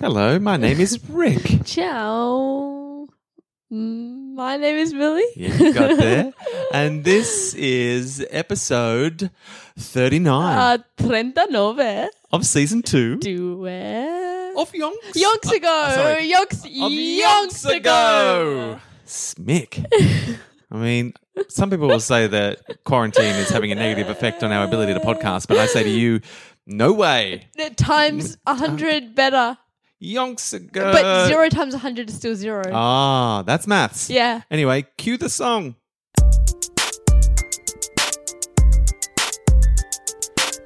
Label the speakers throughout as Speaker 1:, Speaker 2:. Speaker 1: Hello, my name is Rick.
Speaker 2: Ciao. Mm, My name is Billy.
Speaker 1: Yeah, you got there. And this is episode 39
Speaker 2: Uh, 39.
Speaker 1: of season two
Speaker 2: Due.
Speaker 1: of Yonks.
Speaker 2: Yonks ago.
Speaker 1: Oh, Uh, sorry.
Speaker 2: yonks,
Speaker 1: Of
Speaker 2: yonks ago.
Speaker 1: Smick. I mean, some people will say that quarantine is having a negative effect on our ability to podcast, but I say to you, no way.
Speaker 2: No, Times
Speaker 1: uh,
Speaker 2: 100 better.
Speaker 1: Yonks ago.
Speaker 2: But 0 times 100 is still 0.
Speaker 1: Ah, that's maths.
Speaker 2: yeah.
Speaker 1: Anyway, cue the song.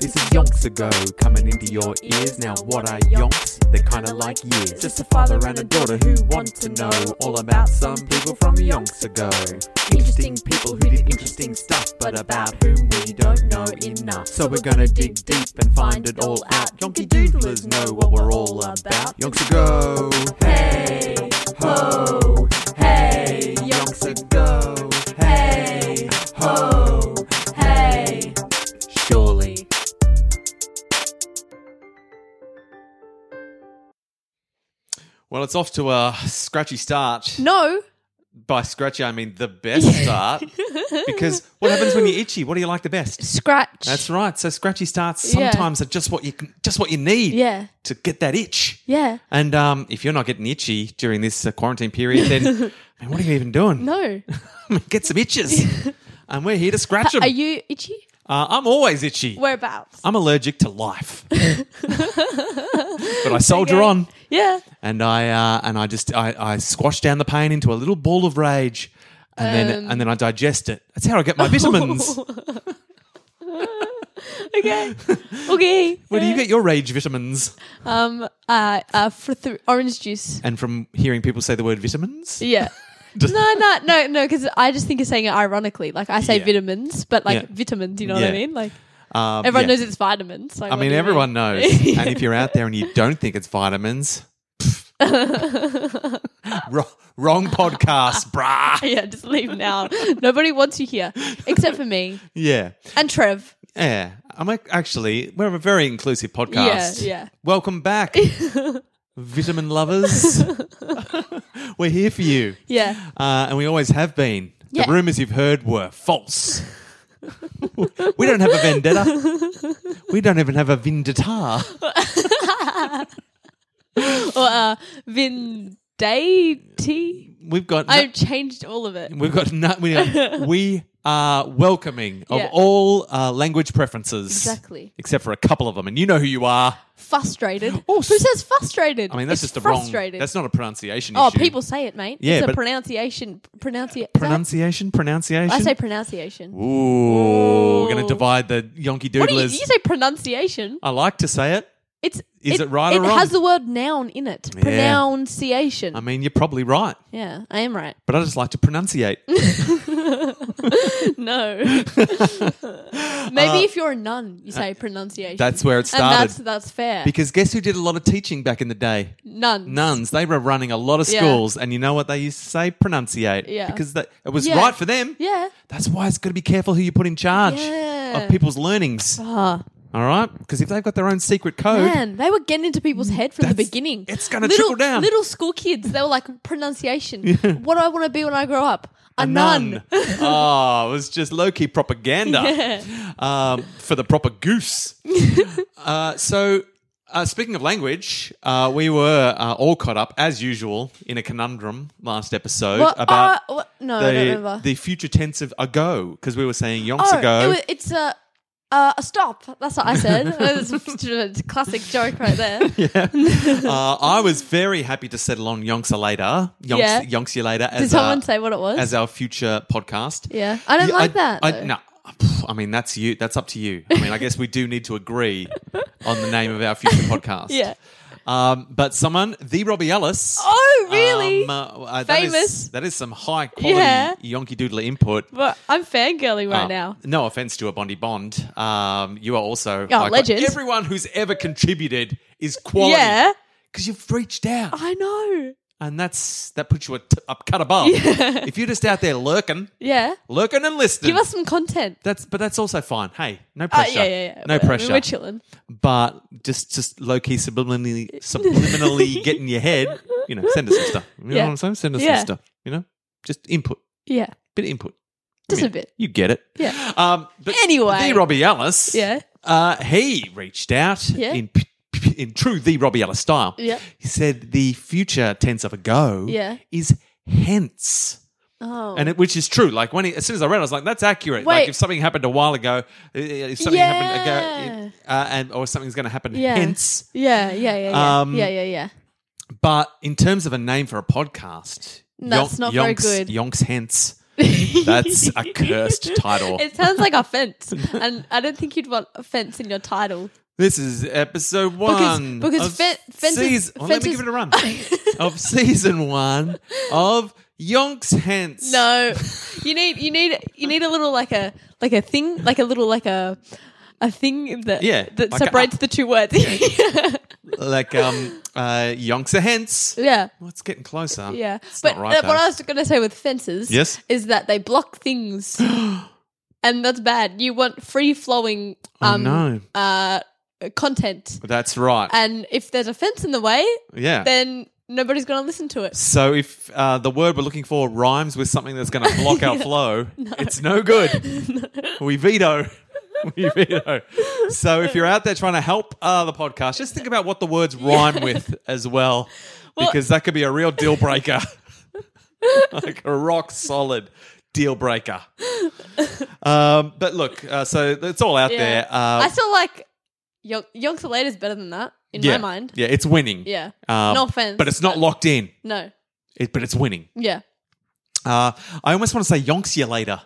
Speaker 1: This is Yonks Ago coming into your ears. Now, what are Yonks? They're kinda like years. Just a father and a daughter who want to know all about some people from Yonks Ago. Interesting people who did interesting stuff, but about whom we don't know enough. So we're gonna dig deep and find it all out. Yonky Doodlers know what we're all about. Yonks Ago! Hey! Ho! Hey! Yonks Ago! Hey! Ho! Hey! Surely. Well, it's off to a scratchy start.
Speaker 2: No.
Speaker 1: By scratchy, I mean the best start. because what happens when you're itchy? What do you like the best?
Speaker 2: Scratch.
Speaker 1: That's right. So scratchy starts
Speaker 2: Yeah.
Speaker 1: sometimes are just what you can, just what you need
Speaker 2: Yeah.
Speaker 1: to get that itch.
Speaker 2: Yeah.
Speaker 1: And um, if you're not getting itchy during this uh, quarantine period, then I mean, what are you even doing?
Speaker 2: No.
Speaker 1: Get some itches. and we're here to scratch them.
Speaker 2: Are you itchy?
Speaker 1: uh, I'm always itchy.
Speaker 2: Whereabouts?
Speaker 1: I'm allergic to life. but I soldier
Speaker 2: Okay.
Speaker 1: on.
Speaker 2: Yeah.
Speaker 1: and I uh, and I just I, I squash down the pain into a little ball of rage, and
Speaker 2: Um.
Speaker 1: then and then I digest it. That's how I get my vitamins.
Speaker 2: Okay. okay.
Speaker 1: Where do you get your rage vitamins?
Speaker 2: Um. Uh. Uh. For th- orange juice.
Speaker 1: And from hearing people say the word vitamins,
Speaker 2: Yeah. no,
Speaker 1: Just-
Speaker 2: no, no, no. Because I just think of saying it ironically. Like I say
Speaker 1: Yeah.
Speaker 2: vitamins, but like
Speaker 1: Yeah.
Speaker 2: vitamins. You know
Speaker 1: Yeah.
Speaker 2: what I mean? Like
Speaker 1: um,
Speaker 2: everyone
Speaker 1: yeah.
Speaker 2: knows it's vitamins. Like,
Speaker 1: I
Speaker 2: what
Speaker 1: mean,
Speaker 2: do you
Speaker 1: everyone
Speaker 2: mean?
Speaker 1: knows. And if you're out there and you don't think it's vitamins, wrong, wrong podcast, brah.
Speaker 2: yeah, just leave now. Nobody wants you here except for me
Speaker 1: Yeah.
Speaker 2: and Trev.
Speaker 1: Yeah, I'm ac- actually we're a very inclusive podcast.
Speaker 2: Yeah, yeah.
Speaker 1: Welcome back, vitamin lovers. we're here for you,
Speaker 2: Yeah.
Speaker 1: uh, and we always have been.
Speaker 2: Yeah.
Speaker 1: The rumors you've heard were false. we don't have a vendetta. We don't even have a vendetta.
Speaker 2: Or uh, Vindeity.
Speaker 1: We've got no-
Speaker 2: I've changed all of it.
Speaker 1: we've got no, we, are, we are welcoming of
Speaker 2: Yeah.
Speaker 1: all uh, language preferences,
Speaker 2: Exactly.
Speaker 1: except for a couple of them, and you know who you are.
Speaker 2: Frustrated.
Speaker 1: Oh,
Speaker 2: Who
Speaker 1: s-
Speaker 2: says frustrated?
Speaker 1: I mean, that's
Speaker 2: It's
Speaker 1: just the wrong.
Speaker 2: frustrated.
Speaker 1: That's not a pronunciation
Speaker 2: Oh,
Speaker 1: issue.
Speaker 2: people say it, mate.
Speaker 1: Yeah,
Speaker 2: it's
Speaker 1: but-
Speaker 2: a pronunciation. Pronunciation.
Speaker 1: Pronunciation, pronunciation.
Speaker 2: I say pronunciation.
Speaker 1: Ooh,
Speaker 2: Ooh.
Speaker 1: going to divide the Yonky
Speaker 2: What do you, you
Speaker 1: Doodlers.
Speaker 2: say pronunciation?
Speaker 1: I like to say it.
Speaker 2: It's
Speaker 1: Is it right
Speaker 2: It
Speaker 1: or wrong?
Speaker 2: has the word noun in it. Pronunciation.
Speaker 1: I mean, you're probably right,
Speaker 2: yeah, I am right.
Speaker 1: but I just like to pronunciate.
Speaker 2: No, maybe if you're a nun, you say pronunciation.
Speaker 1: That's where it
Speaker 2: and that's
Speaker 1: Uh, started.
Speaker 2: that's fair.
Speaker 1: Because guess who did a lot of teaching back in the day?
Speaker 2: nuns.
Speaker 1: Nuns. They were running a lot of
Speaker 2: Yeah.
Speaker 1: schools, and you know what they used to say? Pronunciate.
Speaker 2: Yeah.
Speaker 1: Because that, it was
Speaker 2: Yeah.
Speaker 1: right for them.
Speaker 2: Yeah.
Speaker 1: That's why it's got to be careful who you put in charge
Speaker 2: Yeah.
Speaker 1: of people's learnings.
Speaker 2: Ah,
Speaker 1: All right? Because if they've got their own secret code,
Speaker 2: man, they were getting into people's head from the
Speaker 1: That's-
Speaker 2: beginning.
Speaker 1: it's gonna
Speaker 2: Little-
Speaker 1: trickle down.
Speaker 2: Little school kids, they were like pronunciation. What do I want to be when I grow up? A,
Speaker 1: a
Speaker 2: nun.
Speaker 1: nun. oh, it was just low key propaganda um, for the proper goose. uh, so, uh, speaking of language, uh, we were uh, all caught up, as usual, in a conundrum last episode
Speaker 2: What-
Speaker 1: about
Speaker 2: uh, what- no, I don't
Speaker 1: the,
Speaker 2: remember.
Speaker 1: the future tense of ago, because we were saying yonks
Speaker 2: Oh,
Speaker 1: ago.
Speaker 2: it wa- it's a, uh, a stop. That's what I said. it's a classic joke right there.
Speaker 1: uh, I was very happy to settle on yonks later. Yonks,
Speaker 2: Yeah.
Speaker 1: yonks you later. As
Speaker 2: Did someone
Speaker 1: our,
Speaker 2: say what it was?
Speaker 1: as our future podcast?
Speaker 2: yeah, I don't
Speaker 1: Yeah,
Speaker 2: like that.
Speaker 1: I,
Speaker 2: though.
Speaker 1: no, Pff, I mean that's you. That's up to you. I mean, I guess we do need to agree on the name of our future podcast.
Speaker 2: Yeah.
Speaker 1: Um, but someone, the Robbie Ellis.
Speaker 2: Oh, really?
Speaker 1: um, uh, uh, that is-
Speaker 2: Famous.
Speaker 1: that is some high quality
Speaker 2: Yeah.
Speaker 1: Yonky Doodler input.
Speaker 2: but I'm fangirling right
Speaker 1: Uh,
Speaker 2: now.
Speaker 1: No offense to a Bondi Bond. Um, you are also
Speaker 2: Oh,
Speaker 1: high-
Speaker 2: legend.
Speaker 1: Everyone who's ever contributed is quality.
Speaker 2: Yeah,
Speaker 1: Because you've reached out.
Speaker 2: I know.
Speaker 1: and that's that puts you a, t- a cut above. If you're just out there lurking,
Speaker 2: Yeah.
Speaker 1: lurking and listening,
Speaker 2: Give us some content.
Speaker 1: that's but that's also fine. Hey, no
Speaker 2: Uh,
Speaker 1: pressure.
Speaker 2: yeah, yeah, yeah.
Speaker 1: No
Speaker 2: Whatever.
Speaker 1: pressure.
Speaker 2: We're chilling.
Speaker 1: but just just low key subliminally subliminally get in your head. You know, send us some stuff. You
Speaker 2: Yeah.
Speaker 1: know what I'm saying? Send us
Speaker 2: Yeah.
Speaker 1: some stuff. You know, just input,
Speaker 2: Yeah.
Speaker 1: bit of input. I
Speaker 2: Just
Speaker 1: mean,
Speaker 2: a bit.
Speaker 1: You get it.
Speaker 2: Yeah.
Speaker 1: Um, but
Speaker 2: Anyway.
Speaker 1: the Robbie Ellis.
Speaker 2: Yeah.
Speaker 1: Uh, he reached out
Speaker 2: Yeah.
Speaker 1: in p- p- in true the Robbie Ellis style.
Speaker 2: Yeah.
Speaker 1: He said the future tense of a go
Speaker 2: Yeah.
Speaker 1: is hence.
Speaker 2: Oh.
Speaker 1: And it, which is true. Like when he, as soon as I read, it, I was like, "That's accurate." Like
Speaker 2: Wait.
Speaker 1: if something happened a while ago, uh, if something happened ago,
Speaker 2: Yeah.
Speaker 1: it- uh, and or something's going to happen
Speaker 2: Yeah.
Speaker 1: hence.
Speaker 2: yeah, yeah, yeah, yeah.
Speaker 1: Um,
Speaker 2: yeah, yeah, yeah.
Speaker 1: But in terms of a name for a podcast,
Speaker 2: That's not very
Speaker 1: Yonks-
Speaker 2: good.
Speaker 1: Yonks hence. That's a cursed title.
Speaker 2: It sounds like offense, and I don't think you'd want offense in your title.
Speaker 1: This is episode
Speaker 2: Because-
Speaker 1: one.
Speaker 2: because
Speaker 1: of
Speaker 2: fe- fences-
Speaker 1: seas- well, let me
Speaker 2: fences-
Speaker 1: give it a run. of season one of Yonks Hence.
Speaker 2: No, you need you need you need a little like a like a thing like a little like a a thing that
Speaker 1: Yeah,
Speaker 2: that
Speaker 1: like a
Speaker 2: separates the two words. yeah,
Speaker 1: Like um uh Yonks are hence.
Speaker 2: yeah.
Speaker 1: Well, it's getting closer. It's
Speaker 2: but
Speaker 1: not right,
Speaker 2: uh, what
Speaker 1: though.
Speaker 2: I was going to say with fences,
Speaker 1: Yes?
Speaker 2: is that they block things, and that's bad. You want free flowing um
Speaker 1: Oh, no.
Speaker 2: uh content,
Speaker 1: That's right.
Speaker 2: and if there's a fence in the way,
Speaker 1: yeah.
Speaker 2: then nobody's going to listen to it.
Speaker 1: so if uh, the word we're looking for rhymes with something that's going to block our flow, it's no good. We veto. We veto. So if you're out there trying to help uh, the podcast, just think about what the words rhyme with as well, because that could be a real deal breaker, like a rock solid deal breaker. Um, but look, uh, so it's all out
Speaker 2: Yeah.
Speaker 1: there. Uh,
Speaker 2: I still like Yonk Yonk's Later is better than that in
Speaker 1: yeah,
Speaker 2: my mind.
Speaker 1: yeah, it's winning.
Speaker 2: Yeah.
Speaker 1: Um,
Speaker 2: No offense,
Speaker 1: but it's not locked in.
Speaker 2: No.
Speaker 1: It, but it's winning.
Speaker 2: Yeah.
Speaker 1: Uh, I almost want to say yonks you later.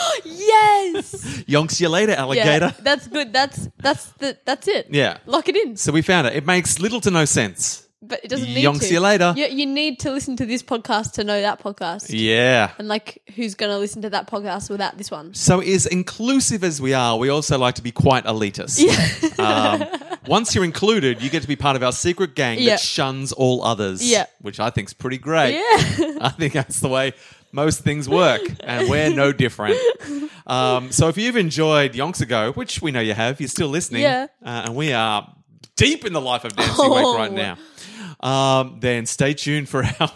Speaker 2: yes.
Speaker 1: Yonks you later, alligator.
Speaker 2: Yeah, that's good. That's that's the that's it.
Speaker 1: Yeah.
Speaker 2: Lock it in.
Speaker 1: So we found it. It makes little to no sense.
Speaker 2: But it doesn't need
Speaker 1: Yonks
Speaker 2: to.
Speaker 1: you later.
Speaker 2: You, you need to listen to this podcast to know that podcast.
Speaker 1: Yeah.
Speaker 2: And like who's gonna listen to that podcast without this one?
Speaker 1: So as inclusive as we are, we also like to be quite elitist. um, once you're included, you get to be part of our secret gang
Speaker 2: Yeah.
Speaker 1: that shuns all others.
Speaker 2: Yeah.
Speaker 1: Which I think's pretty great.
Speaker 2: Yeah.
Speaker 1: I think that's the way most things work, and we're no different. Um, so if you've enjoyed Yonks Ago, which we know you have, you're still listening,
Speaker 2: Yeah.
Speaker 1: uh, and we are deep in the life of Nancy Wake right
Speaker 2: Oh.
Speaker 1: now, um, then stay tuned for our.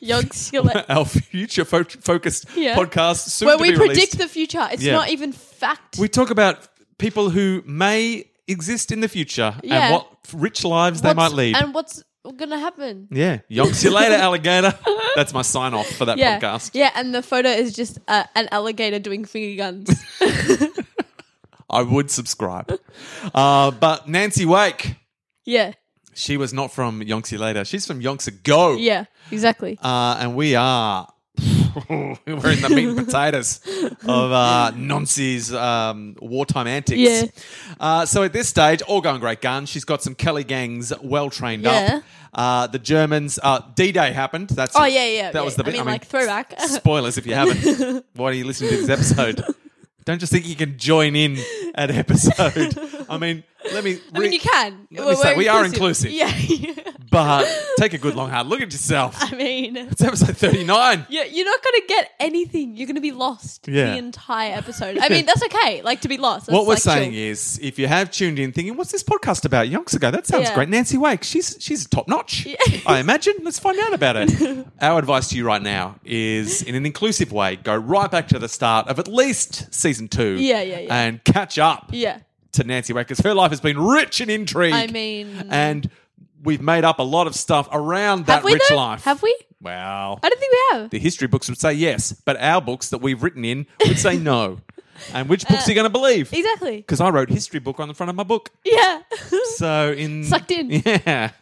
Speaker 2: Yonks you later.
Speaker 1: Our future fo- focused
Speaker 2: Yeah.
Speaker 1: podcast soon
Speaker 2: Where
Speaker 1: to
Speaker 2: we
Speaker 1: be
Speaker 2: predict
Speaker 1: released.
Speaker 2: the future. It's
Speaker 1: Yeah.
Speaker 2: not even fact.
Speaker 1: We talk about people who may exist in the future
Speaker 2: Yeah.
Speaker 1: and what rich lives they
Speaker 2: What's-
Speaker 1: might lead.
Speaker 2: And what's gonna happen?
Speaker 1: yeah, yonks you later, alligator. That's my sign off for that
Speaker 2: Yeah.
Speaker 1: podcast.
Speaker 2: Yeah, and the photo is just uh, an alligator doing finger guns.
Speaker 1: I would subscribe. uh, but Nancy Wake,
Speaker 2: yeah.
Speaker 1: she was not from Yonks you later. She's from Yonks ago.
Speaker 2: Yeah, exactly.
Speaker 1: Uh, and we are. We're in the meat and potatoes of uh, Nancy's um, wartime antics.
Speaker 2: Yeah.
Speaker 1: Uh, so at this stage, all going great gun. She's got some Kelly gangs well trained
Speaker 2: Yeah.
Speaker 1: up. Uh, the Germans, uh, D Day happened. That's
Speaker 2: Oh, yeah, yeah,
Speaker 1: That was
Speaker 2: yeah.
Speaker 1: the
Speaker 2: I
Speaker 1: bit.
Speaker 2: mean, like, throwback.
Speaker 1: s- spoilers if you haven't. Why are you listening to this episode? Don't just think you can join in at episode. I mean, let me.
Speaker 2: I mean,
Speaker 1: re-
Speaker 2: you can.
Speaker 1: let me say, we are inclusive.
Speaker 2: Yeah.
Speaker 1: But take a good long hard look at yourself.
Speaker 2: I mean,
Speaker 1: It's episode thirty nine.
Speaker 2: you're, you're not going to get anything. You're going to be lost
Speaker 1: Yeah.
Speaker 2: the entire episode. I mean, that's okay. Like, to be lost. That's,
Speaker 1: What we're
Speaker 2: like,
Speaker 1: saying
Speaker 2: chill.
Speaker 1: is, if you have tuned in thinking, "What's this podcast about?" Yonks ago, that sounds
Speaker 2: Yeah.
Speaker 1: great. Nancy Wake, she's she's top notch.
Speaker 2: Yeah.
Speaker 1: I imagine. Let's find out about it. Our advice to you right now is, in an inclusive way, go right back to the start of at least season two.
Speaker 2: Yeah, yeah, yeah.
Speaker 1: and catch up
Speaker 2: Yeah.
Speaker 1: to Nancy Wake because her life has been rich in intrigue.
Speaker 2: I mean, mm.
Speaker 1: and we've made up a lot of stuff around that
Speaker 2: have we,
Speaker 1: rich
Speaker 2: though?
Speaker 1: life.
Speaker 2: Have we?
Speaker 1: Wow.
Speaker 2: I don't think we have.
Speaker 1: The history books would say yes, but our books that we've written in would say no. And which
Speaker 2: Uh,
Speaker 1: books are you going to believe?
Speaker 2: Exactly.
Speaker 1: because I wrote history book on the front of my book.
Speaker 2: Yeah.
Speaker 1: So in
Speaker 2: Sucked in.
Speaker 1: yeah.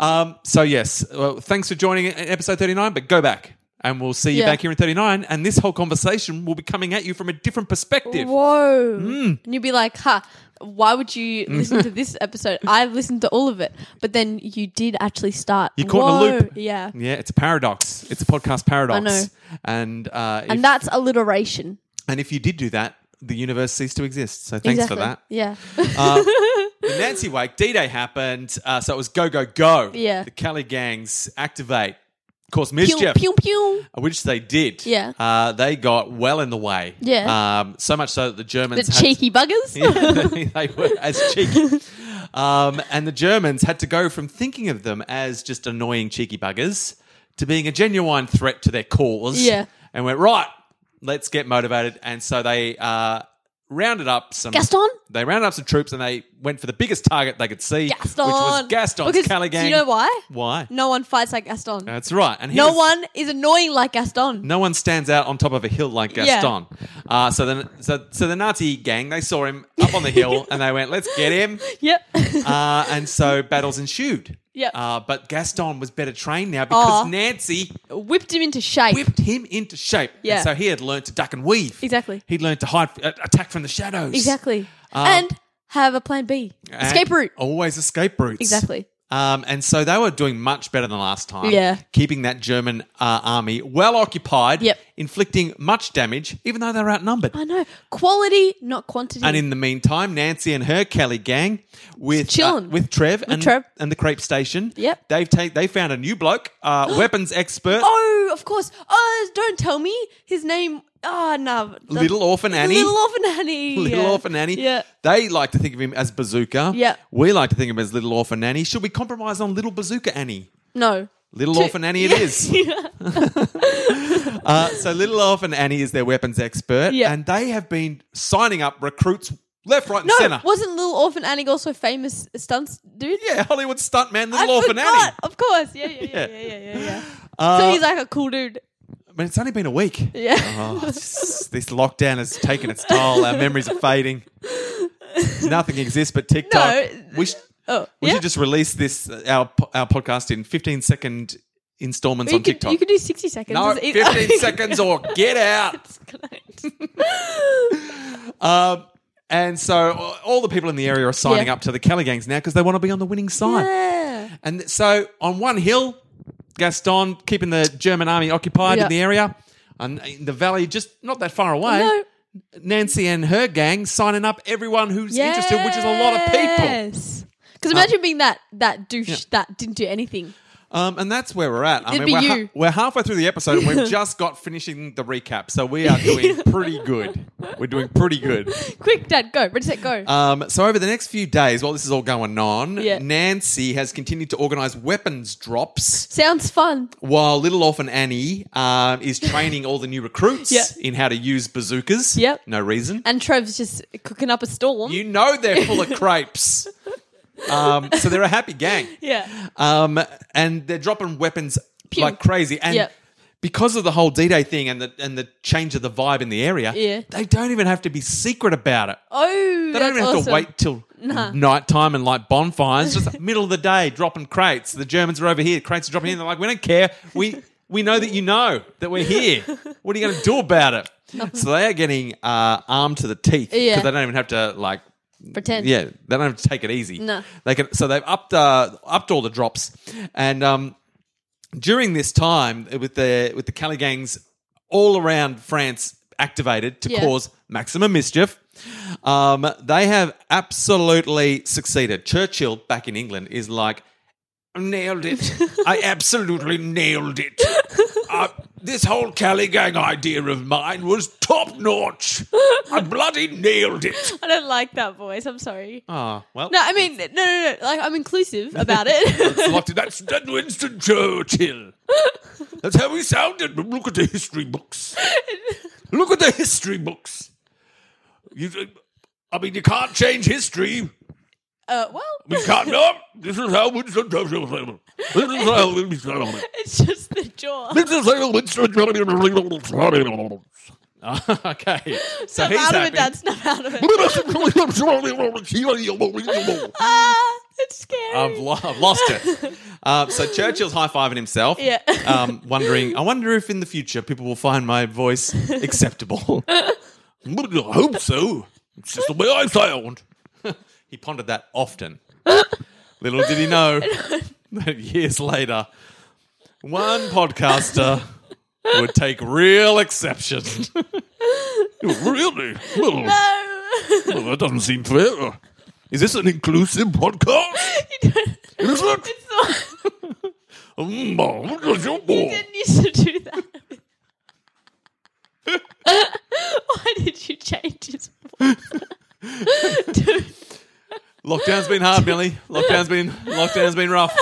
Speaker 1: Um, so yes, well, thanks for joining in episode thirty nine. But go back, and we'll see you
Speaker 2: Yeah.
Speaker 1: back here in thirty nine. And this whole conversation will be coming at you from a different perspective.
Speaker 2: Whoa.
Speaker 1: Mm.
Speaker 2: And you'd be like, huh, why would you listen to this episode? I've listened to all of it. But then you did actually start.
Speaker 1: You're caught in a
Speaker 2: Whoa.
Speaker 1: loop. Mm.
Speaker 2: Yeah.
Speaker 1: Yeah, it's a paradox. It's a podcast paradox.
Speaker 2: I know.
Speaker 1: And uh, if,
Speaker 2: And
Speaker 1: and,
Speaker 2: that's alliteration.
Speaker 1: if you did do that, the universe ceased to exist. So thanks for that.
Speaker 2: Yeah.
Speaker 1: Uh, the Nancy Wake D Day happened, uh, so it was go go go.
Speaker 2: Yeah.
Speaker 1: the Cali gangs activate, cause
Speaker 2: Pew,
Speaker 1: mischief,
Speaker 2: pew, pew.
Speaker 1: which they did.
Speaker 2: Yeah.
Speaker 1: uh, they got well in the way.
Speaker 2: Yeah.
Speaker 1: um, so much so that the
Speaker 2: The
Speaker 1: Germans had to-
Speaker 2: cheeky buggers.
Speaker 1: they were as cheeky. Um, and the Germans had to go from thinking of them as just annoying cheeky buggers to being a genuine threat to their cause.
Speaker 2: Yeah.
Speaker 1: And went, right, let's get motivated. And so they uh, rounded up some.
Speaker 2: Gaston?
Speaker 1: They rounded up some troops and they went for the biggest target they could see,
Speaker 2: Gaston.
Speaker 1: which was Gaston's
Speaker 2: Because-
Speaker 1: Caligan.
Speaker 2: Do you know why?
Speaker 1: Why?
Speaker 2: No one fights like Gaston.
Speaker 1: That's right. And Uh, he
Speaker 2: no
Speaker 1: was-
Speaker 2: one is annoying like Gaston.
Speaker 1: no one stands out on top of a hill like
Speaker 2: Yeah.
Speaker 1: Gaston. Uh, so then, so, so the Nazi gang they saw him up on the hill and they went, "Let's get him."
Speaker 2: Yep.
Speaker 1: uh, and so battles ensued.
Speaker 2: Yep.
Speaker 1: Uh, but Gaston was better trained now because
Speaker 2: Aw.
Speaker 1: Nancy
Speaker 2: Whipped him into shape.
Speaker 1: whipped him into shape. And
Speaker 2: Yeah.
Speaker 1: so he had learned to duck and weave.
Speaker 2: Exactly.
Speaker 1: He'd learned to hide, uh, attack from the shadows.
Speaker 2: Exactly.
Speaker 1: Um,
Speaker 2: and have a plan B.
Speaker 1: And oh,
Speaker 2: Escape route.
Speaker 1: Always escape routes.
Speaker 2: Exactly.
Speaker 1: Um, and so they were doing much better than last time.
Speaker 2: Yeah.
Speaker 1: Keeping that German uh, army well occupied,
Speaker 2: Yep.
Speaker 1: inflicting much damage, even though they were outnumbered.
Speaker 2: I know. Quality, not quantity.
Speaker 1: And in the meantime, Nancy and her Kelly gang with
Speaker 2: Chillin'.
Speaker 1: uh, with Trev and
Speaker 2: Trev.
Speaker 1: and the crepe station.
Speaker 2: Yep.
Speaker 1: they've ta- they found a new bloke, uh, weapons expert,
Speaker 2: oh, of course. Oh, don't tell me his name. Ah, no. The-
Speaker 1: little orphan Annie.
Speaker 2: Little Orphan Annie.
Speaker 1: Little
Speaker 2: Yeah.
Speaker 1: Orphan Annie.
Speaker 2: Yeah.
Speaker 1: They like to think of him as Bazooka.
Speaker 2: Yeah.
Speaker 1: We like to think of him as Little Orphan Annie. Should we compromise on Little Bazooka Annie?
Speaker 2: No.
Speaker 1: Little
Speaker 2: Two-
Speaker 1: Orphan Annie it
Speaker 2: Yeah.
Speaker 1: is.
Speaker 2: Yeah.
Speaker 1: Uh, so Little Orphan Annie is their weapons expert.
Speaker 2: Yeah.
Speaker 1: And they have been signing up recruits left, right, and
Speaker 2: No,
Speaker 1: centre.
Speaker 2: wasn't Little Orphan Annie also famous stunts dude?
Speaker 1: Yeah, Hollywood stuntman,
Speaker 2: I
Speaker 1: Little Orphan
Speaker 2: forgot.
Speaker 1: Annie.
Speaker 2: Of course. Yeah, yeah, yeah,
Speaker 1: Yeah.
Speaker 2: yeah, yeah, yeah. yeah.
Speaker 1: Uh,
Speaker 2: so he's like a cool dude.
Speaker 1: I mean, it's only been a week.
Speaker 2: Yeah.
Speaker 1: Oh, this this lockdown has taken its toll. Our memories are fading. Nothing exists but TikTok.
Speaker 2: No.
Speaker 1: we sh-
Speaker 2: oh,
Speaker 1: we
Speaker 2: yeah.
Speaker 1: should just release this uh, our po- our podcast in 15 second installments
Speaker 2: But you
Speaker 1: on
Speaker 2: could,
Speaker 1: TikTok.
Speaker 2: You could do 60 seconds.
Speaker 1: no,
Speaker 2: It's-
Speaker 1: 15 seconds or get out. Um, and so a- all the people in the area are signing
Speaker 2: Yeah.
Speaker 1: up to the Kelly gangs now because they want to be on the winning side.
Speaker 2: yeah.
Speaker 1: And so on one hill, Gaston keeping the German army occupied
Speaker 2: Yeah.
Speaker 1: in the area, and in the valley, just not that far away.
Speaker 2: No.
Speaker 1: Nancy and her gang signing up everyone who's interested, which is a lot of people. Uh,
Speaker 2: Because imagine being that that douche that didn't do anything.
Speaker 1: Um, and that's where we're at. I
Speaker 2: It'd
Speaker 1: mean,
Speaker 2: be
Speaker 1: we're,
Speaker 2: you.
Speaker 1: we're halfway through the episode and we've just got finishing the recap. So we are doing pretty good. We're doing pretty good.
Speaker 2: Quick, Dad, go. Ready, set, go.
Speaker 1: Um, so over the next few days, while this is all going on,
Speaker 2: Yeah.
Speaker 1: Nancy has continued to organise weapons drops
Speaker 2: Sounds fun.
Speaker 1: while Little Orphan Annie um, is training all the new recruits
Speaker 2: Yeah.
Speaker 1: in how to use bazookas.
Speaker 2: Yep.
Speaker 1: No reason.
Speaker 2: And Trev's just cooking up a storm.
Speaker 1: you know they're full of crepes. Um, so they're a happy gang.
Speaker 2: yeah.
Speaker 1: Um, and they're dropping weapons
Speaker 2: Pew.
Speaker 1: like crazy. And
Speaker 2: Yep.
Speaker 1: because of the whole D-Day thing and the and the change of the vibe in the area,
Speaker 2: Yeah.
Speaker 1: they don't even have to be secret about it.
Speaker 2: Oh,
Speaker 1: They don't even have to wait till nighttime and light bonfires. Just middle of the day, dropping crates. The Germans are over here. Crates are dropping in. They're like, we don't care. We we know that you know that we're here. What are you going to do about it? So they are getting uh, armed to the teeth because
Speaker 2: Yeah.
Speaker 1: they don't even have to like.
Speaker 2: Pretend.
Speaker 1: Yeah, they don't have to take it easy.
Speaker 2: No.
Speaker 1: they can. So they've upped uh, upped all the drops, and um, during this time uh, with the with the Cali gangs all around France activated to
Speaker 2: Yeah.
Speaker 1: cause maximum mischief. Um, they have absolutely succeeded. Churchill back in England is like, nailed it. I absolutely nailed it. Uh, this whole Cali gang idea of mine was top notch. I bloody nailed it.
Speaker 2: I don't like that voice. I'm sorry.
Speaker 1: Oh, well.
Speaker 2: No, I mean, no, no, no. Like, I'm inclusive about it.
Speaker 1: Locked in. That's that Winston Churchill. That's how he sounded. But look at the history books. Look at the history books. You, I mean, you can't change history.
Speaker 2: uh, well,
Speaker 1: We can't. No, this is how Winston Churchill sounded. This is how Winston sounded.
Speaker 2: it's just the jaw.
Speaker 1: This is how Winston Churchill sounded. okay, so
Speaker 2: snap
Speaker 1: he's
Speaker 2: out of
Speaker 1: happy.
Speaker 2: it, Dad. Snap out of it.
Speaker 1: I've,
Speaker 2: ah, it's scary.
Speaker 1: lo- I've lost it. Uh, so Churchill's high fiving himself.
Speaker 2: Yeah.
Speaker 1: um, wondering, I wonder if in the future people will find my voice acceptable. I hope so. It's just the way I sound. he pondered that often. Little did he know that years later, one podcaster would take real exception. really? Well,
Speaker 2: No.
Speaker 1: that doesn't seem fair. Is this an inclusive podcast?
Speaker 2: You don't-
Speaker 1: Is it?
Speaker 2: It's not. You
Speaker 1: Mm,
Speaker 2: didn't used to do that. Why did you change his voice? Dude,
Speaker 1: Lockdown's been hard, Billy. Lockdown's been lockdown's been rough.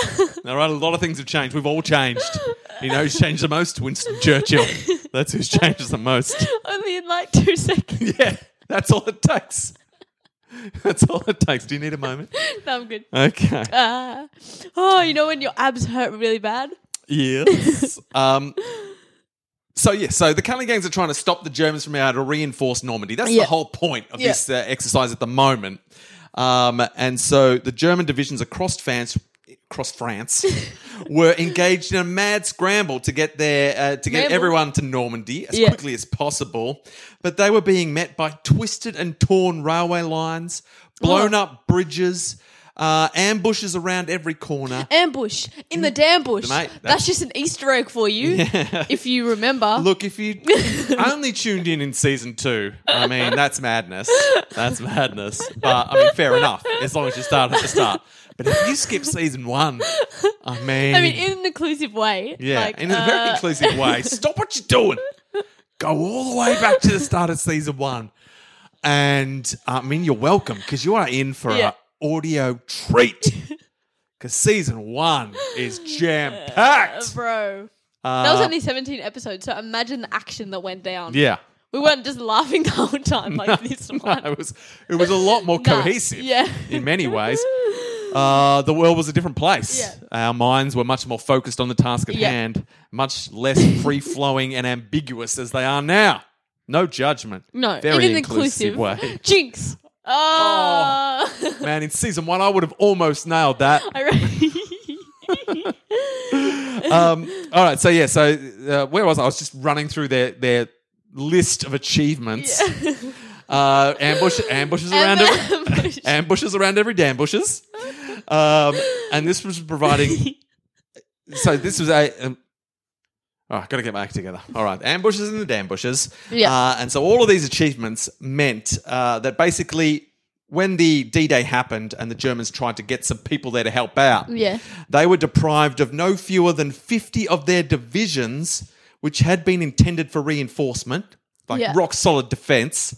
Speaker 1: All right, a lot of things have changed. We've all changed. You know who's changed the most? Winston Churchill. That's who's changed the most.
Speaker 2: only in like two seconds.
Speaker 1: Yeah, that's all it takes. That's all it takes. Do you need a moment?
Speaker 2: No, I'm good.
Speaker 1: Okay.
Speaker 2: Uh, oh, you know when your abs hurt really bad?
Speaker 1: Yes. um, so yeah, so the Cunninghams are trying to stop the Germans from being able to reinforce Normandy. That's
Speaker 2: Yeah.
Speaker 1: the whole point of
Speaker 2: Yeah.
Speaker 1: this uh, exercise at the moment. Um, and so the German divisions across France, across France, were engaged in a mad scramble to get their uh, to get
Speaker 2: Scramble.
Speaker 1: everyone to Normandy as
Speaker 2: Yeah.
Speaker 1: quickly as possible. But they were being met by twisted and torn railway lines,
Speaker 2: Oh.
Speaker 1: blown up bridges, uh, ambushes around every corner.
Speaker 2: Ambush in the dambush.
Speaker 1: Mm. Mate,
Speaker 2: that's,
Speaker 1: that's-
Speaker 2: just an Easter egg for you, if you remember.
Speaker 1: Look, if you only tuned in in season two, I mean, that's madness. That's madness. But I mean, fair enough, as long as you start at the start. But if you skip season one, I mean,
Speaker 2: I mean, in an inclusive way.
Speaker 1: yeah,
Speaker 2: like,
Speaker 1: in a very
Speaker 2: uh,
Speaker 1: inclusive way, stop what you're doing. Go all the way back to the start of season one. And I mean, you're welcome because you are in for
Speaker 2: Yeah.
Speaker 1: an audio treat. Because season one is jam
Speaker 2: Uh,
Speaker 1: packed.
Speaker 2: Bro, that was only 17 episodes, so imagine the action that went down.
Speaker 1: Uh, yeah.
Speaker 2: We weren't just laughing the whole time like this one.
Speaker 1: it was it was a lot more
Speaker 2: Nah,
Speaker 1: cohesive
Speaker 2: yeah.
Speaker 1: in many ways. Uh, the world was a different place.
Speaker 2: Yeah.
Speaker 1: Our minds were much more focused on the task at
Speaker 2: Yeah.
Speaker 1: hand, much less free flowing and ambiguous as they are now. No judgment.
Speaker 2: No,
Speaker 1: very
Speaker 2: in an
Speaker 1: inclusive,
Speaker 2: inclusive,
Speaker 1: way.
Speaker 2: Jinx. Oh.
Speaker 1: Man, in season one, I would have almost nailed that.
Speaker 2: I reckon.
Speaker 1: Um, all right, so yeah, so uh, where was I? I was just running through their their list of achievements. Uh, ambush, ambushes around every,
Speaker 2: Ambush.
Speaker 1: ambushes around every damn bushes. Um, and this was providing. So this was a. Um, all right, got to get my act together. All right, ambushes and the damn bushes.
Speaker 2: Yeah.
Speaker 1: Uh, and so all of these achievements meant uh, that basically. When the D Day happened and the Germans tried to get some people there to help out,
Speaker 2: Yeah.
Speaker 1: they were deprived of no fewer than 50 of their divisions, which had been intended for reinforcement, like
Speaker 2: Yeah.
Speaker 1: rock solid defense.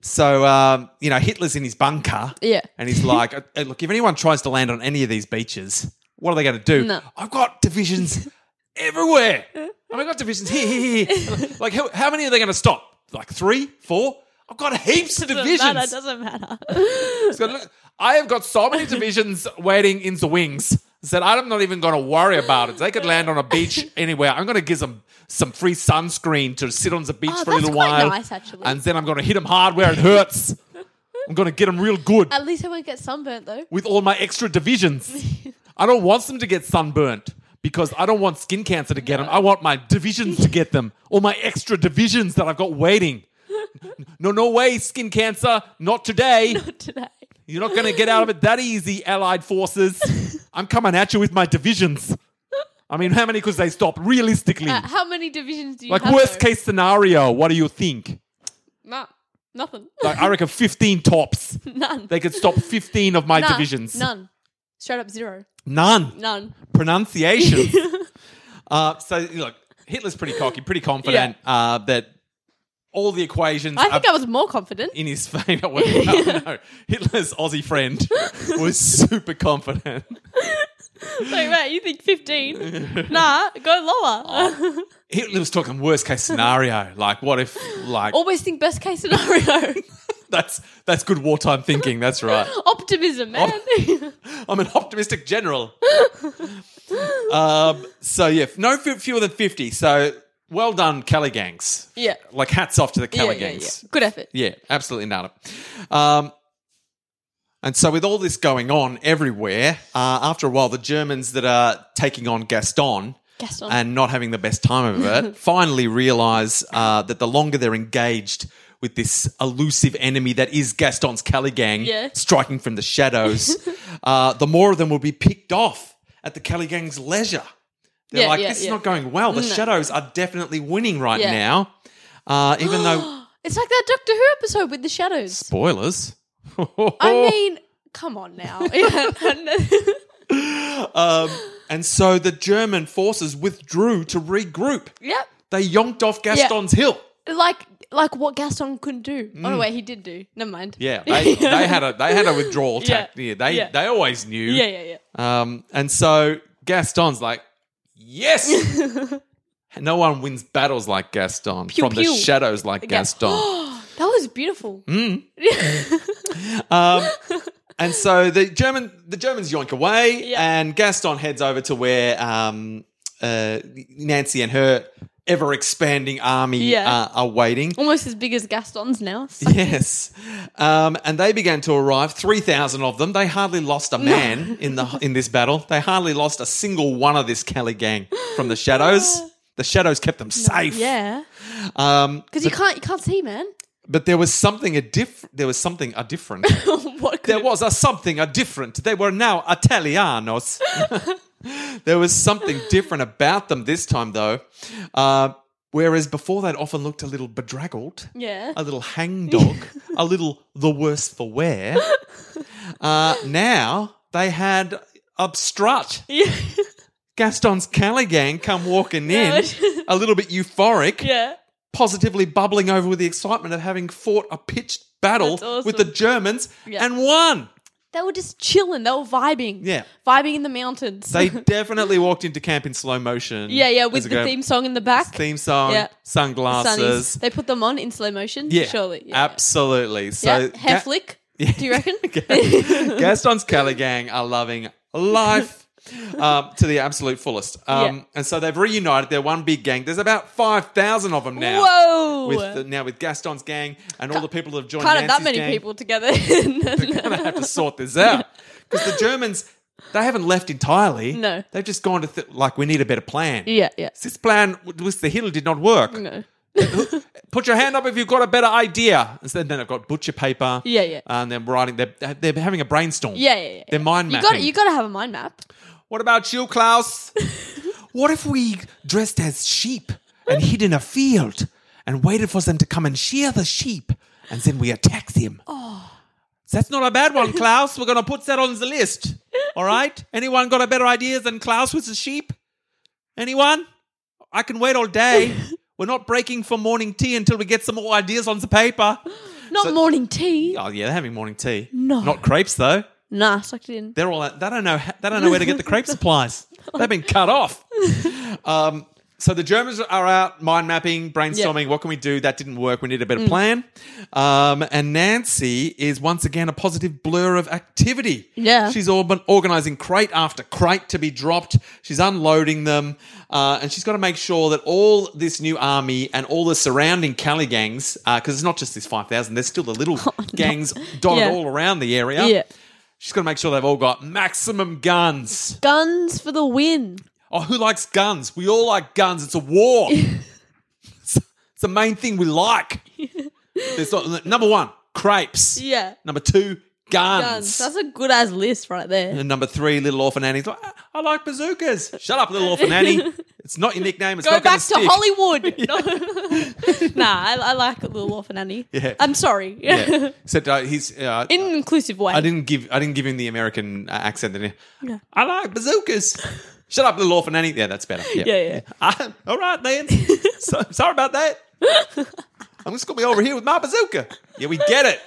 Speaker 1: So um, you know Hitler's in his bunker,
Speaker 2: Yeah.
Speaker 1: and he's like, "Hey, "Look, if anyone tries to land on any of these beaches, what are they going to do?
Speaker 2: No.
Speaker 1: I've got divisions everywhere. I've got divisions here, here, here. Like, how, how many are they going to stop? Like three, four? I've got heaps of
Speaker 2: doesn't matter.
Speaker 1: divisions.
Speaker 2: Doesn't matter.
Speaker 1: He's got- "Look, I have got so many divisions waiting in the wings that I'm not even going to worry about it. They could land on a beach anywhere. I'm going to give them some free sunscreen to sit on the beach
Speaker 2: Oh,
Speaker 1: for a
Speaker 2: that's
Speaker 1: little
Speaker 2: quite
Speaker 1: while,
Speaker 2: nice, actually.
Speaker 1: and then I'm going to hit them hard where it hurts. I'm going to get them real good
Speaker 2: At least I won't get sunburnt though.
Speaker 1: with all my extra divisions. I don't want them to get sunburnt because I don't want skin cancer to get them. I want my divisions to get them. All my extra divisions that I've got waiting. No, no way, skin cancer. Not today.
Speaker 2: Not today.
Speaker 1: You're not going to get out of it that easy, Allied forces. I'm coming at you with my divisions. I mean, how many could they stop realistically?
Speaker 2: Uh, how many divisions do you
Speaker 1: like,
Speaker 2: have?
Speaker 1: worst
Speaker 2: though?
Speaker 1: case scenario, what do you think?
Speaker 2: Nah, nothing.
Speaker 1: Like, I reckon 15 tops.
Speaker 2: None.
Speaker 1: They could stop 15 of my
Speaker 2: Nah,
Speaker 1: divisions.
Speaker 2: None. Straight up zero.
Speaker 1: None.
Speaker 2: None.
Speaker 1: pronunciation. uh, so look, Hitler's pretty cocky, pretty confident uh, that all the equations
Speaker 2: I think
Speaker 1: are
Speaker 2: I was more confident.
Speaker 1: in his favour. Well, no, Hitler's Aussie friend was super confident.
Speaker 2: Wait, wait, you think 15? nah, go
Speaker 1: Oh.
Speaker 2: lower.
Speaker 1: Hitler was talking worst case scenario, like what if, like
Speaker 2: Always think best case scenario.
Speaker 1: that's that's good wartime thinking. That's right.
Speaker 2: Optimism, man.
Speaker 1: I'm an optimistic general. um, so yeah, no fe- fewer than fifty. So well done, Kelly Gangs.
Speaker 2: yeah.
Speaker 1: Like hats off to the
Speaker 2: Yeah,
Speaker 1: Kelly
Speaker 2: yeah, yeah.
Speaker 1: Gangs.
Speaker 2: Good effort.
Speaker 1: Yeah, absolutely not. Um, and so, with all this going on everywhere, uh, after a while, the Germans that are taking on Gaston,
Speaker 2: Gaston.
Speaker 1: and not having the best time of it finally realize uh, that the longer they're engaged with this elusive enemy that is Gaston's Caligang
Speaker 2: Yeah.
Speaker 1: striking from the shadows, uh, the more of them will be picked off at the Caligang's leisure. They're
Speaker 2: Yeah,
Speaker 1: like,
Speaker 2: yeah,
Speaker 1: this is
Speaker 2: yeah. Mm.
Speaker 1: not going well. The shadows are definitely winning right
Speaker 2: Yeah.
Speaker 1: now. Uh, even though
Speaker 2: It's like that Doctor Who episode with the shadows.
Speaker 1: Spoilers.
Speaker 2: I mean, come on now. Yeah. And then-
Speaker 1: Um, and so the German forces withdrew to regroup.
Speaker 2: yep.
Speaker 1: They yonked off Gaston's hill.
Speaker 2: Like like what Gaston couldn't do. Oh wait, he did do. Never mind.
Speaker 1: Mm. Yeah, they, they had a they had a withdrawal
Speaker 2: Yeah.
Speaker 1: tactic. Yeah, they
Speaker 2: Yeah.
Speaker 1: they always knew.
Speaker 2: Yeah, yeah, yeah.
Speaker 1: Um, and so Gaston's like, yes. no one wins battles like Gaston from
Speaker 2: pew.
Speaker 1: the shadows like
Speaker 2: Yeah.
Speaker 1: Gaston. Mm.
Speaker 2: that was beautiful.
Speaker 1: um, and so the German the Germans yoink away,
Speaker 2: Yeah.
Speaker 1: and Gaston heads over to where um, uh, Nancy and her ever expanding army
Speaker 2: Yeah.
Speaker 1: uh, are waiting.
Speaker 2: Almost as big as Gaston's now. So-
Speaker 1: Yes, um, and they began to arrive. Three thousand of them. They hardly lost a man in the in this battle. They hardly lost a single one of this Cali gang from the shadows. The shadows kept them safe.
Speaker 2: Yeah.
Speaker 1: Um,
Speaker 2: Because you can't you can't see, man.
Speaker 1: but there was something a diff. There was something a different.
Speaker 2: what could
Speaker 1: there was a something a different. They were now Italianos. there was something different about them this time, though. Uh, whereas before, they'd often looked a little bedraggled
Speaker 2: Yeah.
Speaker 1: a little hang dog, a little the worse for wear. Uh, now they had obstrut.
Speaker 2: Yeah.
Speaker 1: Gaston's Cali gang come walking in,
Speaker 2: Yeah.
Speaker 1: a little bit euphoric,
Speaker 2: yeah.
Speaker 1: positively bubbling over with the excitement of having fought a pitched battle
Speaker 2: That's awesome.
Speaker 1: with the Germans
Speaker 2: Yeah.
Speaker 1: and won.
Speaker 2: They were just chilling. They were vibing.
Speaker 1: Yeah.
Speaker 2: Vibing in the mountains.
Speaker 1: They definitely walked into camp in slow motion.
Speaker 2: yeah, yeah,
Speaker 1: There's
Speaker 2: with
Speaker 1: a
Speaker 2: the
Speaker 1: go-
Speaker 2: theme song in the back.
Speaker 1: theme song,
Speaker 2: Yeah.
Speaker 1: sunglasses.
Speaker 2: Sunnies. They put them on in slow motion.
Speaker 1: Yeah,
Speaker 2: Surely.
Speaker 1: absolutely. So
Speaker 2: Yeah. Hair
Speaker 1: Ga-
Speaker 2: flick.
Speaker 1: Yeah.
Speaker 2: Do you reckon?
Speaker 1: Ga- Gaston's Cali gang are loving life um, to the absolute fullest. Um,
Speaker 2: Yeah.
Speaker 1: And so they've reunited. They're one big gang. There's about 5,000 of them now.
Speaker 2: Whoa.
Speaker 1: With the, now with Gaston's gang and all the people that have joined
Speaker 2: Can't have
Speaker 1: Nancy's
Speaker 2: that many
Speaker 1: gang.
Speaker 2: people together.
Speaker 1: They're going to have to sort this out. Because the Germans, they haven't left entirely.
Speaker 2: No.
Speaker 1: They've just gone to, th- like, we need a better plan.
Speaker 2: yeah, yeah.
Speaker 1: This plan with the hill did not work.
Speaker 2: No.
Speaker 1: Put your hand up if you've got a better idea. And so then they've got butcher paper.
Speaker 2: Yeah, yeah.
Speaker 1: And they're writing, they're, they're having a brainstorm.
Speaker 2: Yeah, yeah, yeah.
Speaker 1: They're mind
Speaker 2: you
Speaker 1: mapping.
Speaker 2: got you got to have a mind map.
Speaker 1: What about you, Klaus? what if we dressed as sheep and hid in a field and waited for them to come and shear the sheep and then we attack them? Oh. That's not a bad one, Klaus. We're going to put that on the list. All right? Anyone got a better idea than Klaus with the sheep? Anyone? I can wait all day. We're not breaking for morning tea until we get some more ideas on the paper.
Speaker 2: Not
Speaker 1: So-
Speaker 2: morning tea.
Speaker 1: Oh, yeah, they're having morning tea.
Speaker 2: No.
Speaker 1: Not crepes, though.
Speaker 2: Nah, sucked it in.
Speaker 1: They're all they don't know they don't know where to get the crepe supplies. They've been cut off. Um, so the Germans are out mind mapping, brainstorming. What can we do? That didn't work. We need a
Speaker 2: Mm.
Speaker 1: better plan. Um, and Nancy is once again a positive blur of activity.
Speaker 2: Yeah.
Speaker 1: she's all been organizing crate after crate to be dropped. She's unloading them, uh, and she's got to make sure that all this new army and all the surrounding Cali gangs, because it's not just this five thousand. There's still the little gangs dotted
Speaker 2: Oh, Yeah.
Speaker 1: all around the area.
Speaker 2: Yeah.
Speaker 1: She's got to make sure they've all got maximum guns.
Speaker 2: Guns for the win.
Speaker 1: Oh, who likes guns? We all like guns. It's a war. it's, it's the main thing we like. There's not, number one, crepes.
Speaker 2: Yeah.
Speaker 1: Number two, guns.
Speaker 2: Guns. That's a good ass list right there.
Speaker 1: and number three, little orphan Annie's like, "Ah, I like bazookas. Shut up, little orphan Annie. It's not your nickname. It's
Speaker 2: Go
Speaker 1: not gonna
Speaker 2: back to
Speaker 1: stick.
Speaker 2: Hollywood. nah, I, I like Little Orphan Annie.
Speaker 1: Yeah.
Speaker 2: I'm sorry.
Speaker 1: Yeah. Except uh, he's. Uh,
Speaker 2: in an inclusive way.
Speaker 1: I didn't give. I didn't give him the American uh, accent. Didn't I?
Speaker 2: No.
Speaker 1: I like bazookas. Shut up, little orphan Annie. Yeah, that's better.
Speaker 2: Yeah, yeah.
Speaker 1: I, all right, then. so, sorry about that. I'm just gonna be over here with my bazooka. Yeah, we get it.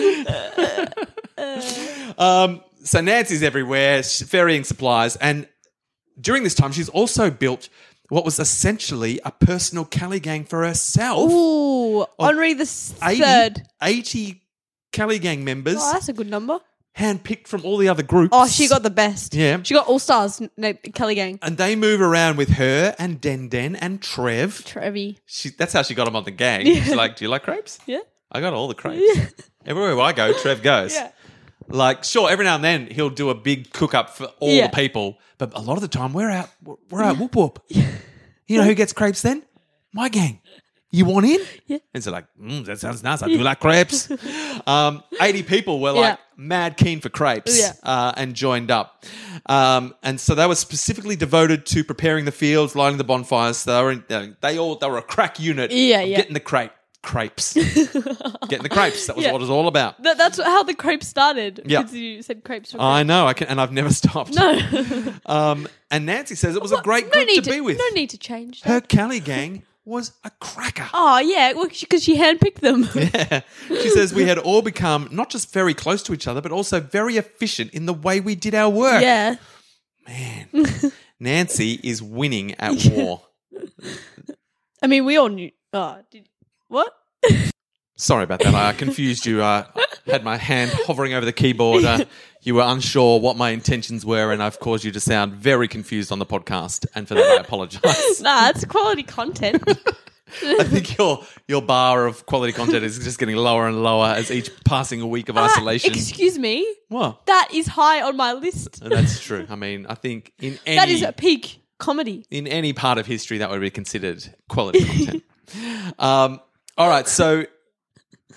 Speaker 1: um, so Nancy's everywhere, sh- ferrying supplies, and during this time, she's also built what was essentially a personal Cali gang for herself.
Speaker 2: Ooh,
Speaker 1: Oh,
Speaker 2: Henri the s-
Speaker 1: 80,
Speaker 2: third.
Speaker 1: 80 Cali gang members,
Speaker 2: Oh, that's a good number.
Speaker 1: handpicked from all the other groups.
Speaker 2: Oh, she got the best.
Speaker 1: Yeah. Uh,
Speaker 2: she got all stars. Na- Kelly Gang,
Speaker 1: And they move around with her and Den Den and Trev.
Speaker 2: Trevi.
Speaker 1: She, that's how she got him on the gang. She's like, "Do you like crepes?
Speaker 2: Yeah,
Speaker 1: I got all the crepes. Everywhere I go, Trev goes.
Speaker 2: Yeah.
Speaker 1: Like, sure, every now and then he'll do a big cook up for all
Speaker 2: Yeah.
Speaker 1: the people, but a lot of the time we're out, we're out whoop whoop. You know who gets crepes then? My gang. You want in? Yeah. And so like, mm, that sounds nice. I do like crepes. um, Eighty people were like
Speaker 2: Yeah.
Speaker 1: mad keen for crepes
Speaker 2: Yeah.
Speaker 1: uh, and joined up. Um, and so they were specifically devoted to preparing the fields, lighting the bonfires. So they were in, they uh, all they were a crack unit.
Speaker 2: Yeah,
Speaker 1: of
Speaker 2: yeah.
Speaker 1: Getting the crepe, crepes. Getting the crepes. That was
Speaker 2: Yeah.
Speaker 1: what it was all about.
Speaker 2: That, that's how the crepe started.
Speaker 1: Yeah.
Speaker 2: Because you said crepes. Were
Speaker 1: I know, I can, and I've never stopped.
Speaker 2: no.
Speaker 1: Um, and Nancy says it was a great
Speaker 2: no
Speaker 1: group
Speaker 2: need
Speaker 1: to, be with.
Speaker 2: No need to change.
Speaker 1: Her
Speaker 2: That.
Speaker 1: Cali gang was a cracker.
Speaker 2: Oh yeah, well because she handpicked them.
Speaker 1: She says we had all become not just very close to each other, but also very efficient in the way we did our work.
Speaker 2: yeah.
Speaker 1: Nancy is winning at war.
Speaker 2: I mean, we all knew. Oh, did, what?
Speaker 1: Sorry about that. I confused you. I had my hand hovering over the keyboard. Uh, you were unsure what my intentions were, and I've caused you to sound very confused on the podcast. And for that, I apologize.
Speaker 2: Nah, it's quality content.
Speaker 1: I think your your bar of quality content is just getting lower and lower as each passing week of
Speaker 2: Ah,
Speaker 1: isolation.
Speaker 2: excuse me.
Speaker 1: Well,
Speaker 2: That is high on my list.
Speaker 1: that's true. I mean, I think in any
Speaker 2: That is a peak comedy.
Speaker 1: in any part of history that would be considered quality content. um, all right, so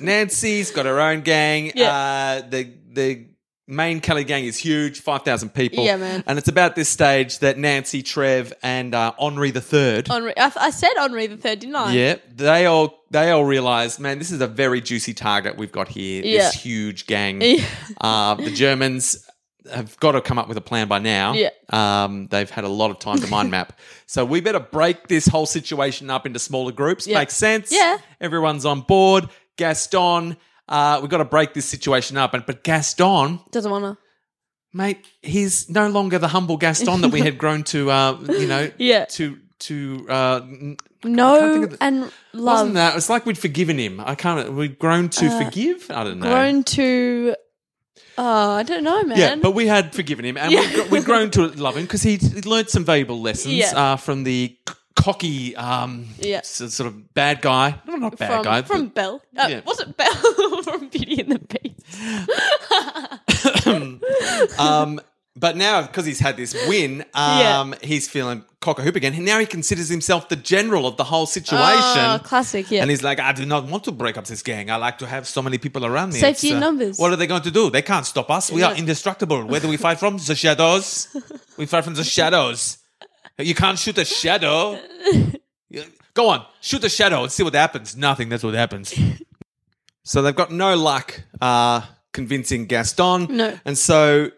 Speaker 1: Nancy's got her own gang. Uh, the the main Kelly gang is huge, five thousand people.
Speaker 2: Yeah, man.
Speaker 1: And it's about this stage that Nancy, Trev, and uh, Henri the Third.
Speaker 2: Henri, I, I said Henri the Third, didn't I?
Speaker 1: Yeah, they all they all realize, man, this is a very juicy target we've got here.
Speaker 2: Yeah.
Speaker 1: This huge gang.
Speaker 2: Yeah.
Speaker 1: Uh, the Germans have got to come up with a plan by now.
Speaker 2: Yeah.
Speaker 1: Um, they've had a lot of time to mind map, so we better break this whole situation up into smaller groups.
Speaker 2: Yeah.
Speaker 1: Makes sense.
Speaker 2: Yeah.
Speaker 1: Everyone's on board. Gaston. Uh, we've got to break this situation up, and but Gaston,
Speaker 2: Doesn't wanna.
Speaker 1: mate, he's no longer the humble Gaston that we had grown to, uh, you know,
Speaker 2: Yeah.
Speaker 1: to to uh, can't think
Speaker 2: No
Speaker 1: of the-
Speaker 2: and love. Uh,
Speaker 1: wasn't that? It's like we'd forgiven him. I can't. We'd grown to forgive. I don't know.
Speaker 2: Grown to. Oh, I don't know, man.
Speaker 1: yeah, but we had forgiven him, and
Speaker 2: Yeah.
Speaker 1: we'd, gr- we'd grown to love him because he'd learned some valuable lessons
Speaker 2: Yeah.
Speaker 1: uh, from the c- cocky, um,
Speaker 2: Yeah.
Speaker 1: s- sort of bad guy. No, not bad
Speaker 2: from,
Speaker 1: guy.
Speaker 2: from Belle. Uh,
Speaker 1: Yeah.
Speaker 2: Was it Belle from Beauty and the Beast?
Speaker 1: um, but now, because he's had this win,
Speaker 2: Yeah.
Speaker 1: um, he's feeling cock a hoop again. And now he considers himself the general of the whole situation.
Speaker 2: Oh, classic, yeah.
Speaker 1: And he's like, I do not want to break up this gang. I like to have so many people around me.
Speaker 2: Safety
Speaker 1: It's, uh,
Speaker 2: in numbers.
Speaker 1: What are they going to do? They can't stop us. We are
Speaker 2: Yeah.
Speaker 1: indestructible. Where do we fight from? The shadows. We fight from the shadows. You can't shoot a shadow. You- Go on, shoot a shadow and see what happens. Nothing. That's what happens. so they've got no luck uh, convincing Gaston.
Speaker 2: No.
Speaker 1: And so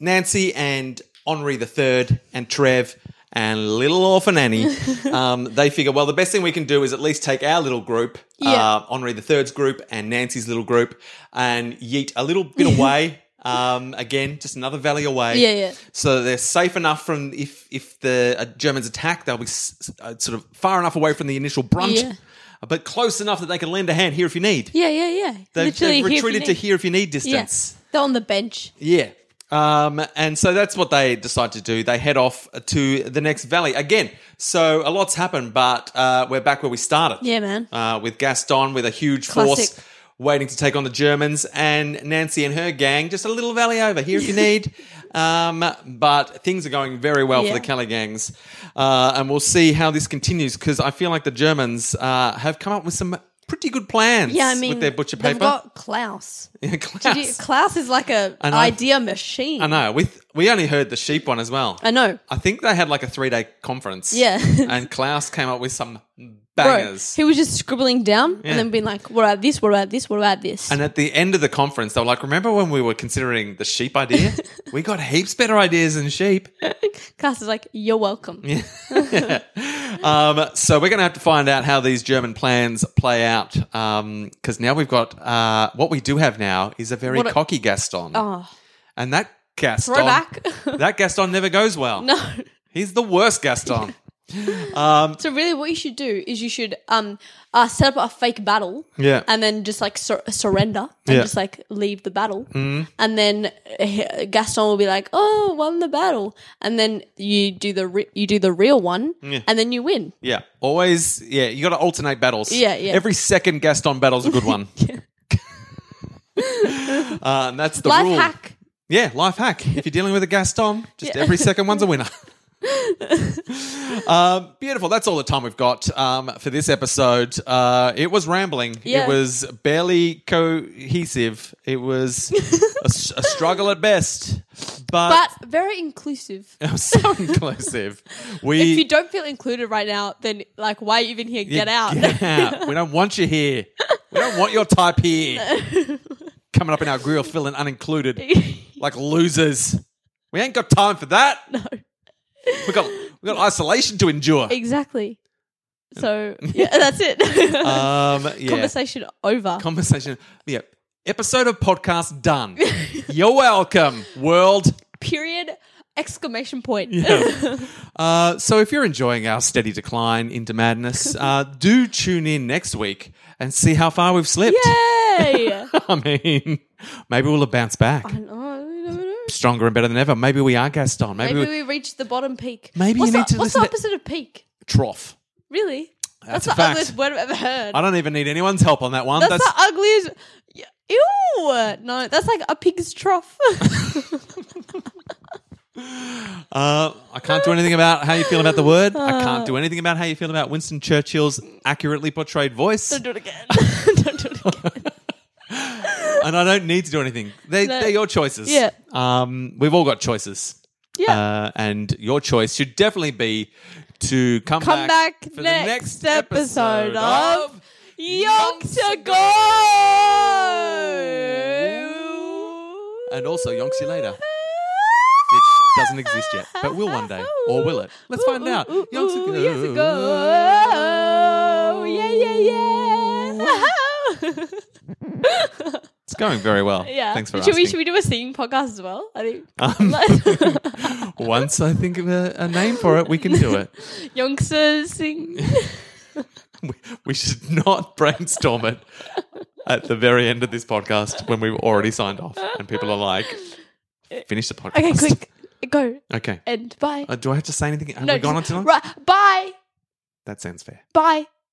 Speaker 1: Nancy and Henri III and Trev and little orphan Annie, um, they figure, well, the best thing we can do is at least take our little group,
Speaker 2: Yeah.
Speaker 1: uh, Henri III's group and Nancy's little group, and yeet a little bit away. Um, again, just another valley away.
Speaker 2: Yeah, yeah.
Speaker 1: So they're safe enough from if if the uh, Germans attack, they'll be s- uh, sort of far enough away from the initial brunt,
Speaker 2: Yeah.
Speaker 1: but close enough that they can lend a hand here if you need.
Speaker 2: yeah, yeah, yeah.
Speaker 1: They've,
Speaker 2: Literally
Speaker 1: they've
Speaker 2: here if you
Speaker 1: retreated to
Speaker 2: need-
Speaker 1: here if you need
Speaker 2: Yeah.
Speaker 1: distance.
Speaker 2: They're on the bench.
Speaker 1: Yeah. Um, and so that's what they decide to do. They head off to the next valley again. So a lot's happened, but uh, we're back where we started.
Speaker 2: Yeah, man.
Speaker 1: Uh, with Gaston with a huge
Speaker 2: Classic.
Speaker 1: force waiting to take on the Germans, and Nancy and her gang just a little valley over here if you need. Um, but things are going very well
Speaker 2: Yeah.
Speaker 1: for the Kelly gangs, uh, and we'll see how this continues because I feel like the Germans uh, have come up with some pretty good plans.
Speaker 2: Yeah, I mean,
Speaker 1: with their butcher
Speaker 2: they've
Speaker 1: paper.
Speaker 2: got Klaus.
Speaker 1: Class.
Speaker 2: Did you- Klaus is like a
Speaker 1: I know.
Speaker 2: idea machine.
Speaker 1: I know. With we only heard the sheep one as well.
Speaker 2: I know.
Speaker 1: I think they had like a three day conference.
Speaker 2: Uh, Yeah.
Speaker 1: and Klaus came up with some
Speaker 2: Bro,
Speaker 1: bangers.
Speaker 2: he was just scribbling down
Speaker 1: Yeah.
Speaker 2: and then being like, "What about this? What about this? What about this?"
Speaker 1: and at the end of the conference, they were like, "Remember when we were considering the sheep idea? we got heaps better ideas than sheep."
Speaker 2: Klaus is like, "You're welcome."
Speaker 1: Um, so we're going to have to find out how these German plans play out because now we've got uh, what we do have now is a very
Speaker 2: What a-
Speaker 1: cocky Gaston,
Speaker 2: Oh,
Speaker 1: and that Gaston,
Speaker 2: Throwback.
Speaker 1: that Gaston never goes well.
Speaker 2: no.
Speaker 1: He's the worst Gaston.
Speaker 2: So really, what you should do is you should um uh, set up a fake battle,
Speaker 1: Yeah.
Speaker 2: and then just like sur- surrender and
Speaker 1: Yeah. Mm-hmm.
Speaker 2: just like leave the battle, mm. and then uh, he- Gaston will be like, "Oh, won the battle," and then you do the re- you do the real one, and then you win.
Speaker 1: Yeah, always. Yeah, you got to alternate battles.
Speaker 2: Yeah, yeah.
Speaker 1: Every second Gaston battle's a good one. uh, and that's the
Speaker 2: Life
Speaker 1: rule.
Speaker 2: hack.
Speaker 1: Yeah, life hack. If you're dealing with a Gaston, just every second one's a winner. um, beautiful. That's all the time we've got um, for this episode. Uh, it was rambling.
Speaker 2: Yeah.
Speaker 1: It was barely cohesive. It was a, s- a struggle at best. But,
Speaker 2: but very inclusive.
Speaker 1: I'm so inclusive. We
Speaker 2: if you don't feel included right now, then like why are you even here?
Speaker 1: Yeah,
Speaker 2: Get out.
Speaker 1: Get out. we don't want you here. We don't want your type here. Coming up in our grill feeling unincluded like losers. We ain't got time for that.
Speaker 2: no.
Speaker 1: We got we got isolation to endure.
Speaker 2: Exactly. So yeah, that's it.
Speaker 1: Um yeah.
Speaker 2: Conversation over.
Speaker 1: Conversation. Yeah. Episode of podcast done. You're welcome, world.
Speaker 2: Period. Exclamation point.
Speaker 1: Yeah. Uh, so if you're enjoying our steady decline into madness, uh, do tune in next week and see how far we've slipped.
Speaker 2: Yay!
Speaker 1: I mean, maybe we'll bounce back.
Speaker 2: I know, you never know.
Speaker 1: stronger and better than ever. Maybe we are Gaston. Maybe,
Speaker 2: Maybe
Speaker 1: we
Speaker 2: we reached the bottom peak.
Speaker 1: Maybe you
Speaker 2: what's
Speaker 1: need
Speaker 2: the,
Speaker 1: to
Speaker 2: What's the
Speaker 1: listen to-
Speaker 2: opposite of peak?
Speaker 1: trough.
Speaker 2: Really?
Speaker 1: That's
Speaker 2: That's,
Speaker 1: a
Speaker 2: the
Speaker 1: fact.
Speaker 2: ugliest word I've ever heard.
Speaker 1: I don't even need anyone's help on that one.
Speaker 2: That's,
Speaker 1: That's,
Speaker 2: the ugliest. Ew! No, that's like a pig's trough.
Speaker 1: uh, I can't do anything about how you feel about the word.
Speaker 2: Uh.
Speaker 1: I can't do anything about how you feel about Winston Churchill's accurately portrayed voice,
Speaker 2: don't do it again. don't do it again.
Speaker 1: and I don't need to do anything. They,
Speaker 2: No.
Speaker 1: They're your choices.
Speaker 2: Yeah.
Speaker 1: Um, we've all got choices.
Speaker 2: Yeah.
Speaker 1: Uh, and your choice should definitely be to come,
Speaker 2: Come back,
Speaker 1: for the
Speaker 2: next, episode, of Yonk to
Speaker 1: Yonks
Speaker 2: Go!
Speaker 1: And also Yonks You Later. It doesn't exist yet, but will one day, or will it? Let's
Speaker 2: Ooh,
Speaker 1: find out.
Speaker 2: ooh, ooh,
Speaker 1: Yonks You
Speaker 2: ooh,
Speaker 1: Go.
Speaker 2: years ago. Yeah, yeah, yeah.
Speaker 1: It's going very well.
Speaker 2: yeah.
Speaker 1: Thanks for
Speaker 2: should
Speaker 1: asking.
Speaker 2: We, should we do a singing podcast as well? I think.
Speaker 1: Um, Once I think of a, a name for it, we can do it.
Speaker 2: Youngsters sing.
Speaker 1: We, we should not brainstorm it at the very end of this podcast when we've already signed off and people are like, finish the podcast.
Speaker 2: Uh, Okay, quick. Go.
Speaker 1: Okay.
Speaker 2: And bye.
Speaker 1: Uh, do I have to say anything? Have
Speaker 2: No,
Speaker 1: we gone on
Speaker 2: just-
Speaker 1: too long?
Speaker 2: Right. Bye.
Speaker 1: That sounds fair.
Speaker 2: Bye.